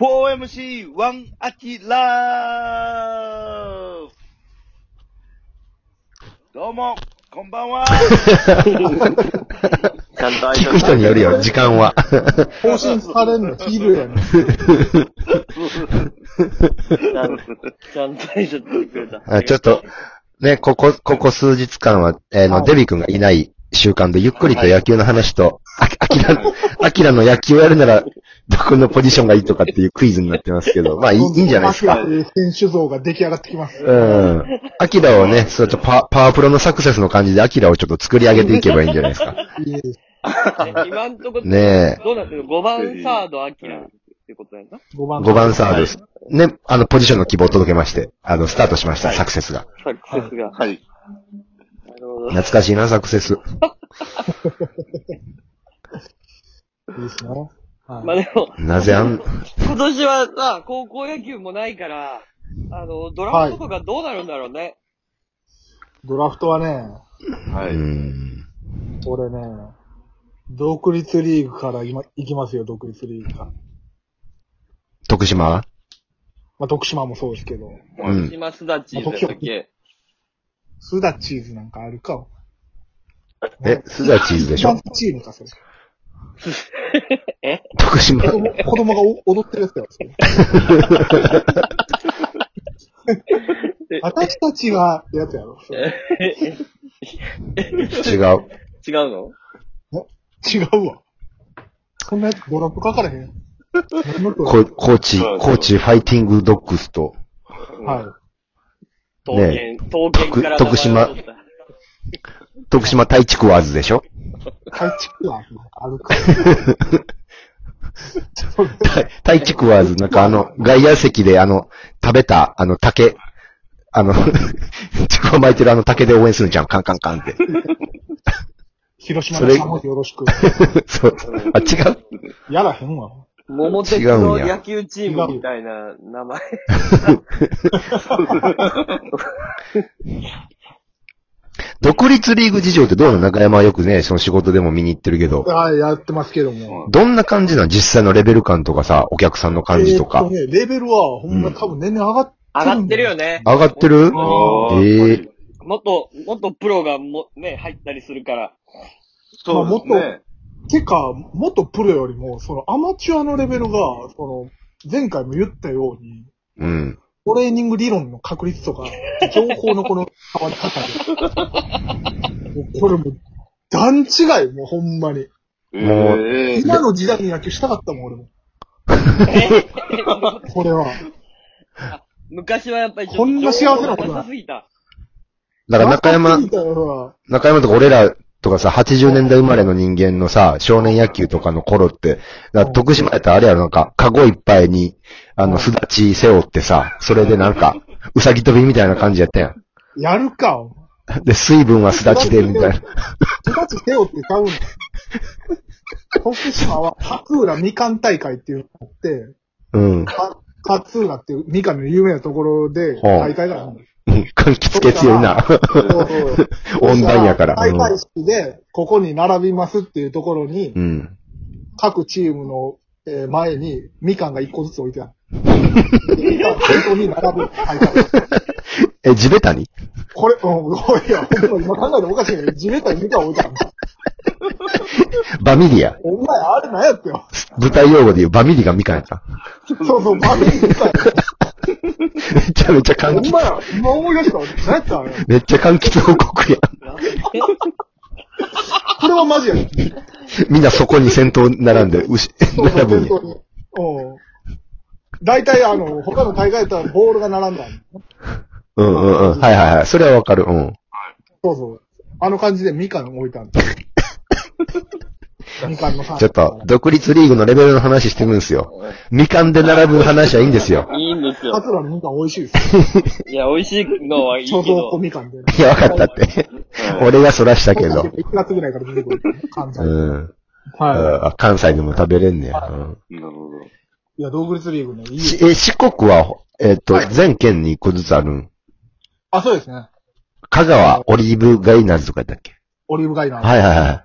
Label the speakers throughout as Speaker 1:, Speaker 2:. Speaker 1: 4MC1 アキラーどうも、こんばんは
Speaker 2: ちゃんと挨拶
Speaker 3: 聞く人によるよ、時間は。
Speaker 4: 更新されんの聞いるやん。
Speaker 2: ちゃんちゃんと挨拶してくれた。
Speaker 3: あちょっと、ね、ここ、ここ数日間は、えーの、
Speaker 4: はい
Speaker 3: デビ君がいない週間で、ゆっくりと野球の話と、あき、あきら、あきらの野球をやるなら、どこのポジションがいいとかっていうクイズになってますけど、まあいいいいんじゃないですか。
Speaker 4: えー選手像が出来上がってきます。
Speaker 3: うん。アキラをね、そうやってパパワープロのサクセスの感じで、アキラをちょっと作り上げていけばいいんじゃないですか。
Speaker 4: いいです
Speaker 2: 今んとこ、
Speaker 3: ね
Speaker 2: どうなってる ?5 番サード、アキラってことやな。
Speaker 4: 5番
Speaker 3: 5番サードです。ね、あの、ポジションの希望を届けまして、あの、スタートしました、サクセスが。
Speaker 2: サクセスが。
Speaker 1: はい。
Speaker 2: なるほど。
Speaker 3: 懐かしいな、サクセス。
Speaker 4: いいですね。はい
Speaker 2: まあでも、
Speaker 3: なぜあん、
Speaker 2: 今年はさ、高校野球もないから、あの、ドラフトとかどうなるんだろうね。
Speaker 4: ドラフトはね、
Speaker 1: は
Speaker 3: う
Speaker 1: い。
Speaker 3: ん。
Speaker 4: 俺ね、独立リーグから今行きますよ、独立リーグから。
Speaker 3: 徳島
Speaker 4: まあ、徳島もそうですけど、
Speaker 3: う
Speaker 2: はい、
Speaker 3: ん。
Speaker 2: 島すだちだったっけ。
Speaker 4: スダチーズなんかあるか。
Speaker 3: え、スダチーズでしょ
Speaker 4: スダチーズか、それ。
Speaker 3: 徳島。
Speaker 4: 子供子供がお踊ってるやつだよ、 それ 私たちは、やつやろ。それ
Speaker 3: 違う。
Speaker 2: 違うの
Speaker 4: 違うわ。そんなやつドラフトかからへん。何のドラ
Speaker 3: こ
Speaker 4: フ
Speaker 3: コーチ、コーチファイティングドッグスと、
Speaker 4: トはい。
Speaker 2: 東建、東建から
Speaker 3: 徳島
Speaker 2: 名前を取った
Speaker 3: 徳島大地クワーズでしょ
Speaker 4: 改築はあるか。
Speaker 3: 大大地クワーズ、なんかあの、外野席であの、食べた、あの、竹、あの、 ちくわ巻いてるあの竹で応援するじゃん、カンカンカンって。
Speaker 4: 広島の三文字よろしく。
Speaker 3: そう。あ、違う
Speaker 4: やらへんわ。
Speaker 2: 桃鉄の野球チームみたいな名前。
Speaker 3: 独立リーグ事情ってどうなの中山はよくね、その仕事でも見に行ってるけど、
Speaker 4: あやってますけども。
Speaker 3: どんな感じなの実際のレベル感とかさ、お客さんの感じと
Speaker 4: えー
Speaker 3: か
Speaker 4: っ。ね、レベルは、ほんま多分年々上がっ
Speaker 2: 上がってるよね。
Speaker 3: 上がってる
Speaker 1: おー
Speaker 3: ええ
Speaker 2: 元、元プロがも、ね、入ったりするから。
Speaker 1: そうですね。
Speaker 4: てか、元プロよりも、そのアマチュアのレベルが、その、前回も言ったように、
Speaker 3: うん。
Speaker 4: トレーニング理論の確率とか、情報のこの変わり方で。もうこれもう、段違い、もうほんまに。
Speaker 3: もう
Speaker 1: ええ
Speaker 4: 今の時代に野球したかったもん、俺も。これは。
Speaker 2: 昔はやっぱりちょっと
Speaker 4: こんな幸せなこと
Speaker 2: 情報が
Speaker 4: な
Speaker 2: さすぎた。
Speaker 3: だから中山
Speaker 4: 若す、ぎたらほら
Speaker 3: 中山とか俺らとかさ、80年代生まれの人間のさ、少年野球とかの頃って、だから徳島やったらあれやろ、なんか、カゴいっぱいに、あ
Speaker 4: う
Speaker 3: の、
Speaker 4: ん
Speaker 3: すだち背負ってさ、それでなんか、うさぎ飛びみたいな感じやったやん。
Speaker 4: やるか、お前
Speaker 3: で、水分はすだちで、みたいな。
Speaker 4: 育ち手をって買うの。徳島は勝浦みかん大会っていうのがあって、
Speaker 3: うん。
Speaker 4: か勝浦っていうみかんの有名なところで
Speaker 3: ほう
Speaker 4: 大会があるの。
Speaker 3: 柑橘系強いな。
Speaker 4: そうそう
Speaker 3: 温暖やから。
Speaker 4: 開会式でここに並びますっていうところに
Speaker 3: う、ん。
Speaker 4: 各チームのえー前にみかんが一個ずつ置いてある。みかん本当に並ぶ大会。
Speaker 3: え、地べたに
Speaker 4: これ、うん、これいや、ほんま今考えてもおかしいけど、地べたにみかん置いてある。
Speaker 3: バミリア。
Speaker 4: お前、あれなんやってよ。
Speaker 3: 舞台用語で言うバミリがみかんやった。
Speaker 4: そうそう、バミリみかん。
Speaker 3: めちゃめちゃ柑
Speaker 4: ほん
Speaker 3: 橘、
Speaker 4: まや、今思い出した。何やったんや。
Speaker 3: めっちゃ柑橘報告やん。
Speaker 4: これはマジやね。
Speaker 3: みんなそこに先頭並んで、うし、
Speaker 4: そうそ
Speaker 3: 並ぶ
Speaker 4: う、
Speaker 3: ん
Speaker 4: 本
Speaker 3: や。
Speaker 4: 当に。うん。大体、あの、他の大会やったらボールが並んだ。
Speaker 3: うんうんうん。はいはいはい。それはわかる。うん。
Speaker 4: そうそう。あの感じでみかん置いたんだ。みかんのさ。
Speaker 3: ちょっと、独立リーグのレベルの話してるんですよ。みかんで並ぶ話はいいんです よ。
Speaker 2: いいんですよ。
Speaker 4: カツラのみかん美味しいです。
Speaker 2: いや、美味しいのはいいけ
Speaker 4: ちょうどこ
Speaker 2: ど。
Speaker 4: みかんで。
Speaker 3: いや、わかったって。俺がそらしたけど。
Speaker 4: 1月ぐらいから出てくる。関西。
Speaker 3: うん。
Speaker 4: は
Speaker 3: あ関西でも食べれんねや。うん
Speaker 1: なるほど。
Speaker 4: い。いや、独立リーグね、いいよ。
Speaker 3: しえ、四国は、えっと、全県に一個ずつあるん。
Speaker 4: あ、そうですね。
Speaker 3: 香川、オリーブガイナーズとかやったっけ
Speaker 4: オリーブガイナー。
Speaker 3: はいはいはい。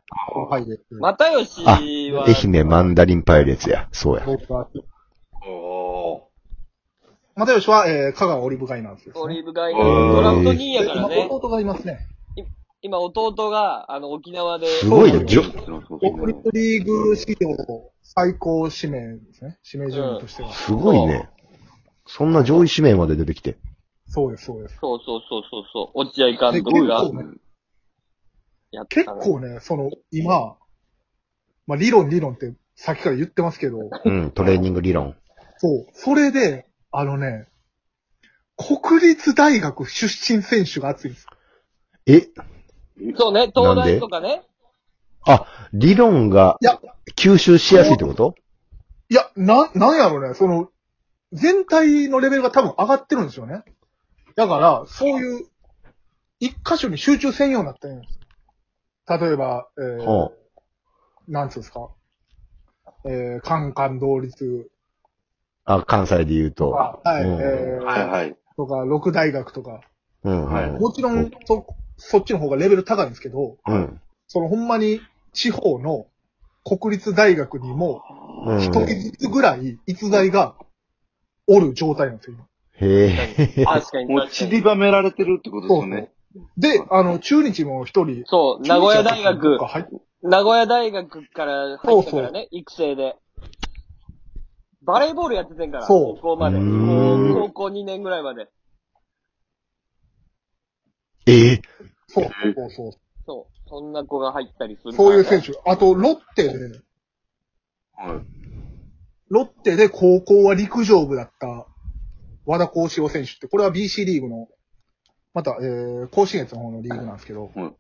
Speaker 4: はい。です。
Speaker 2: 又吉は、
Speaker 3: 愛媛マンダリンパイレーツや。そうや。
Speaker 4: 僕は、
Speaker 1: お
Speaker 4: 又吉は、えー、香川オリーブガイナーズです、
Speaker 2: オリ
Speaker 4: ね。
Speaker 2: ーブガイ
Speaker 1: えー
Speaker 2: ドラフト2位やから
Speaker 4: で
Speaker 2: ね
Speaker 4: 今。弟がいますね。
Speaker 2: 今、弟が、あの、沖縄で。
Speaker 3: すごいね。じょ
Speaker 4: オリットリーグ史上最高指名ですね。指名順位としては。
Speaker 3: すごいね。そんな上位指名まで出てきて。
Speaker 4: そうです、そうです。
Speaker 2: そうそうそうそうそう。落合監督が
Speaker 4: すごい
Speaker 2: やった
Speaker 4: 結
Speaker 2: の。
Speaker 4: 構ね、その、今、まあ、理論理論ってさっきから言ってますけど、
Speaker 3: うん、トレーニング理論。
Speaker 4: そう、それで、あのね、国立大学出身選手が熱いです。
Speaker 3: え、
Speaker 2: そうね、東大とかね。
Speaker 3: 理論が
Speaker 4: いや
Speaker 3: 吸収しやすいってこと
Speaker 4: いや、な、なんやろうね、その、全体のレベルが多分上がってるんですよね。だから、そういう、一箇所に集中せんようになってるんです。例えば、えー
Speaker 3: は
Speaker 4: なんつうんですか、えー、カンカン同率
Speaker 3: あ、あ関西で言う
Speaker 4: と
Speaker 3: と。
Speaker 4: か、はい、
Speaker 3: うん
Speaker 4: えー
Speaker 1: はいはい。
Speaker 4: とか、六大学とか、
Speaker 3: うん、
Speaker 1: はい
Speaker 3: うん
Speaker 4: もちろん、そ、そっちの方がレベル高いんですけど、
Speaker 3: うん。
Speaker 4: そのほんまに地方の国立大学にも、
Speaker 3: うん。
Speaker 4: 一人ずつぐらい逸材がおる状態なんですよ、今。
Speaker 3: へえ。
Speaker 2: 確かに
Speaker 1: もう
Speaker 2: 確か
Speaker 1: 散
Speaker 2: に。
Speaker 1: りばめられてるってことですよね。
Speaker 4: で、あの、中日も一人、
Speaker 2: そう、名古屋大学、
Speaker 4: はい。
Speaker 2: 名古屋大学から入ったからね、育成で。バレーボールやっててんから、
Speaker 4: そう
Speaker 2: 高校まで。
Speaker 3: う
Speaker 2: 高
Speaker 3: ーん
Speaker 2: 高校2年ぐらいまで。
Speaker 3: え
Speaker 4: そうそうそう
Speaker 2: そう。そんな子が入ったりする。
Speaker 4: そういう選。手。あと、ロッテで、
Speaker 1: はい。
Speaker 4: ロッテで高校は陸上部だった和田幸四郎選手って、これは BC リーグの、また、えー、甲信越の方のリーグなんですけど、
Speaker 1: うん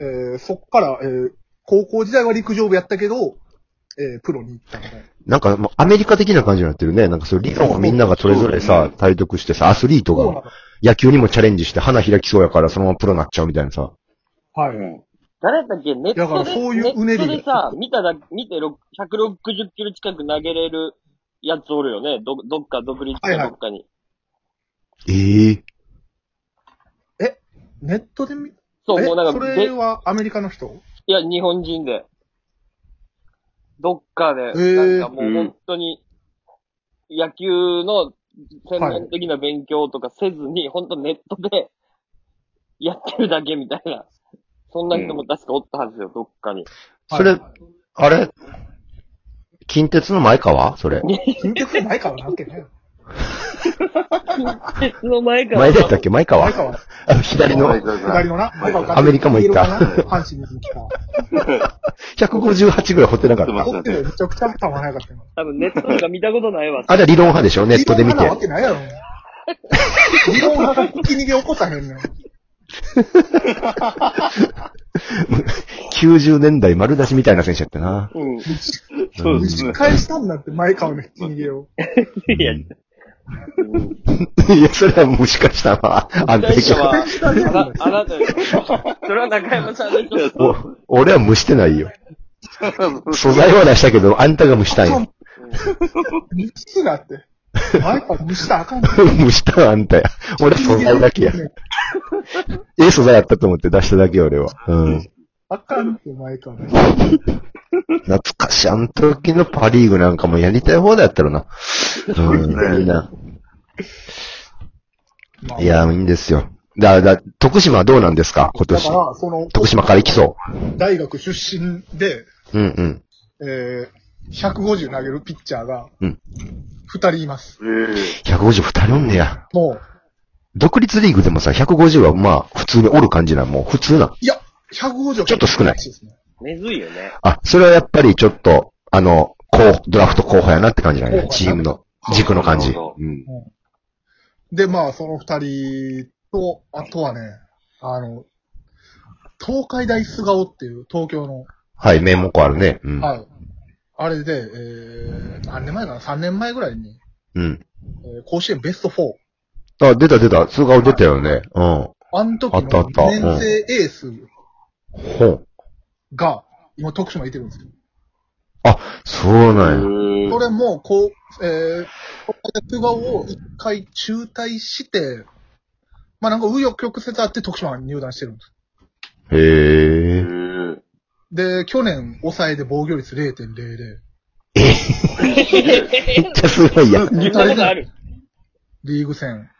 Speaker 4: えー、そっから、えー、高校時代は陸上部やったけど、えー、プロに行ったので。
Speaker 3: なんか、もうアメリカ的な感じになってるね。なんか、そう、理論をみんながそれぞ
Speaker 1: そ
Speaker 3: れ
Speaker 1: う
Speaker 3: さ、体得してさ、アスリート
Speaker 4: そうな
Speaker 3: が
Speaker 4: の
Speaker 3: 野球にもチャレンジして花開きそうやから、そのままプロになっちゃうみたいなさ。
Speaker 4: はい。
Speaker 2: 誰だったっけネットで。
Speaker 4: だからそういううねり
Speaker 2: ネットでさ、見ただ、見てろ160キロ近く投げれるやつおるよね。ど、どっか独立
Speaker 4: はい
Speaker 2: か
Speaker 4: はい
Speaker 2: どっかに。
Speaker 3: ええ。
Speaker 4: ネットで見、
Speaker 2: そう、
Speaker 4: え
Speaker 2: もうなん
Speaker 4: そ
Speaker 2: か、
Speaker 4: れ
Speaker 2: で
Speaker 4: はアメリカの人
Speaker 2: いや、日本人で。どっかで、
Speaker 4: ー
Speaker 2: なんかもう本当に、野球の専門的な勉強とかせずに、本当ネットでやってるだけみたいな。そんな人も確かおったはずよ、どっかに。
Speaker 3: それ
Speaker 4: はい、
Speaker 3: あれ近鉄の前川それ。
Speaker 4: 近鉄ないからなわけね。
Speaker 2: 鉄の前から。
Speaker 3: 前だったっけ前川
Speaker 4: 前川、
Speaker 3: あの左の
Speaker 4: 左のな、前川
Speaker 3: アメリカも行った
Speaker 4: 黄色かな阪神に行った。
Speaker 3: 158ぐらい掘ってなかっ
Speaker 1: 掘ってま
Speaker 3: た
Speaker 1: す。
Speaker 4: 僕ってめちゃくちゃ球速かったな。
Speaker 2: 多分ネットとか見たことないわ。
Speaker 3: あれは理論派でしょネットで見
Speaker 4: 理論派
Speaker 3: て
Speaker 4: なわ。けないやろ。理論派が気にげ起こさへんねん。
Speaker 3: 90年代丸出しみたいな選手やったな。
Speaker 2: うん。い
Speaker 1: そうですね
Speaker 4: 打ち。返したんだって、前川の引き逃げを。
Speaker 2: や、
Speaker 3: いや、それはもしかしたら、安定
Speaker 2: 者
Speaker 3: か。
Speaker 2: は、あな、あなたよ。 それは中山さんでしょ。
Speaker 3: お俺は蒸してないよ。素材は出したけど、あんたが蒸したんよ。
Speaker 4: ミスがあって。前川無視したらあかんねん。
Speaker 3: 蒸したんはあんたや。俺は素材だけや。ええ素材やったと思って出しただけよ、俺は。うん。
Speaker 4: あかんって、前川の。
Speaker 3: 懐かしい。あの時のパリーグなんかもやりたい方だったろな。うん、いいな。
Speaker 4: まあ
Speaker 3: いや、いいんですよ。だ、だ、徳島はどうなんですか今
Speaker 4: だ
Speaker 3: 年
Speaker 4: か。ら、その、
Speaker 3: 徳島から行きそ
Speaker 4: 大学出身で、
Speaker 3: う。うんうん。
Speaker 4: えー、150投げるピッチャーが、
Speaker 3: うん
Speaker 4: 二人います。
Speaker 1: ええ。
Speaker 3: 150二人おんねや。
Speaker 4: もう、
Speaker 3: 独立リーグでもさ、150はまあ、普通におる感じなん、もう普通なん。
Speaker 4: いや、150は
Speaker 3: ちょっと少ない
Speaker 4: ですね
Speaker 2: めずいよね。
Speaker 3: あ、それはやっぱりちょっと、あの、候補、ドラフト候補やなって感じなんや。チームの軸の感じ。
Speaker 1: なるほど
Speaker 3: うん。
Speaker 4: で、まあ、その二人と、あとはね、あの、東海大菅生っていう東京の、
Speaker 3: はい、名目あるね。うん。
Speaker 4: はい。あれで、えー、何年前かな ?3 年前ぐらいに、
Speaker 3: うん。
Speaker 4: えー甲子園ベスト4。
Speaker 3: あ、出た出た。通顔出たよね。うん。
Speaker 4: あの時
Speaker 3: あったあ
Speaker 4: の
Speaker 3: ったうん
Speaker 4: 年生エース
Speaker 3: ほん。
Speaker 4: が、今徳島いてるんですよ。
Speaker 3: あ、そうなんや。
Speaker 1: ええ
Speaker 4: それも、こう、えー、東海大菅生を一回中退して、まあなんか紆余曲折あって徳島に入団してるんです。
Speaker 3: へえ。
Speaker 1: ええ
Speaker 4: で、去年抑えで防御率0.00。
Speaker 3: ええめっちゃすごいやん。
Speaker 2: 言ったことある。
Speaker 4: リーグ戦。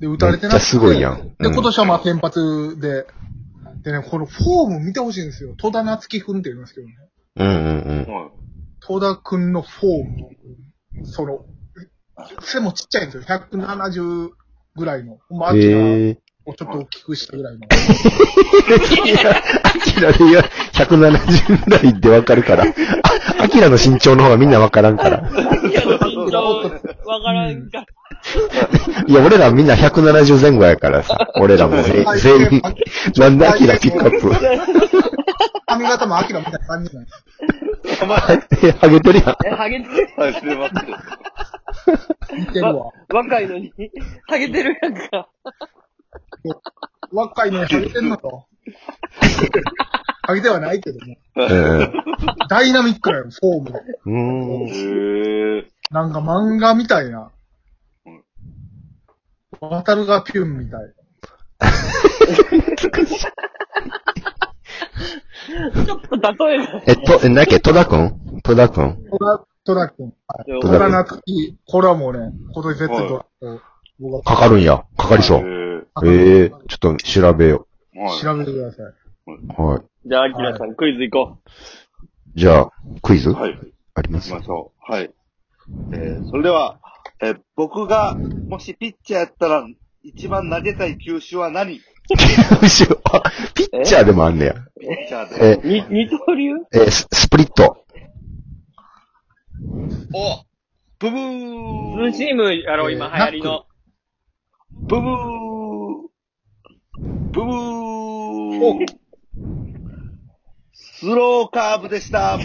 Speaker 4: で、打たれてなく
Speaker 3: め
Speaker 4: て。
Speaker 3: っちゃすごいやんう
Speaker 4: で、
Speaker 3: ん
Speaker 4: 今年はまあ先発で。でね、このフォーム見てほしいんですよ。戸田夏樹くんって言いますけどね。
Speaker 3: うんうん
Speaker 1: は
Speaker 4: 戸田くんのフォーム。その、背もちっちゃいんですよ。170ぐらいの。ほんまあ、
Speaker 3: うん。ええ。
Speaker 4: をちょっと大きくしたぐらいの。
Speaker 3: アキラで言う170ぐらいでわかるから。あアキラの身長の方がみんなわからんから。
Speaker 2: いや、身長、わからんか。
Speaker 3: いや、俺らみんな170前後やからさ。俺らも全
Speaker 4: はい
Speaker 3: 全員。なんでアキラピックアップ
Speaker 4: 髪型もアキラみたいな感じなんです。
Speaker 3: えハゲてるやん。
Speaker 2: え、ハゲて
Speaker 1: い。
Speaker 2: る。
Speaker 1: はい、すいません。
Speaker 4: 似てるわ。
Speaker 2: 若いのに、ハゲてるやんか。
Speaker 4: 若いのにハゲてんのと。ハゲてはないけどね。ダイナミックなの、フォームが。
Speaker 3: うん。うーん。
Speaker 1: へえ。
Speaker 4: なんか漫画みたいな。渡るがピュンみたい。
Speaker 2: ちょっと例えが。
Speaker 3: えっと、え、なんだっけ、戸田くん戸田くん
Speaker 4: トラ、トラ君。はい
Speaker 2: 戸
Speaker 4: ト
Speaker 3: 田君
Speaker 4: ラナツキ。これはもうね、今年絶対トラ僕は
Speaker 3: かかるんや。かかりそう。
Speaker 4: か
Speaker 3: ええちょっと調べよ
Speaker 1: はい。
Speaker 4: 調べてください。
Speaker 3: う。はい。
Speaker 2: じゃあ、アキラさん、クイズ行こ
Speaker 3: じゃあ、クイズ
Speaker 1: はい。
Speaker 3: ありま
Speaker 1: 行き
Speaker 3: す
Speaker 1: ましょう。はい。えー、それでは、えー僕が、もしピッチャーやったら、一番投げたい球種は何ピ
Speaker 3: 後ろあ、ピッチャーでもあんねや。
Speaker 1: ッチャーで。
Speaker 3: え
Speaker 2: う。に、二刀流
Speaker 3: えース、スプリット。
Speaker 1: おブブー
Speaker 2: ズーシームやろう、今流行りの。
Speaker 1: ブブーブブースローカーブでした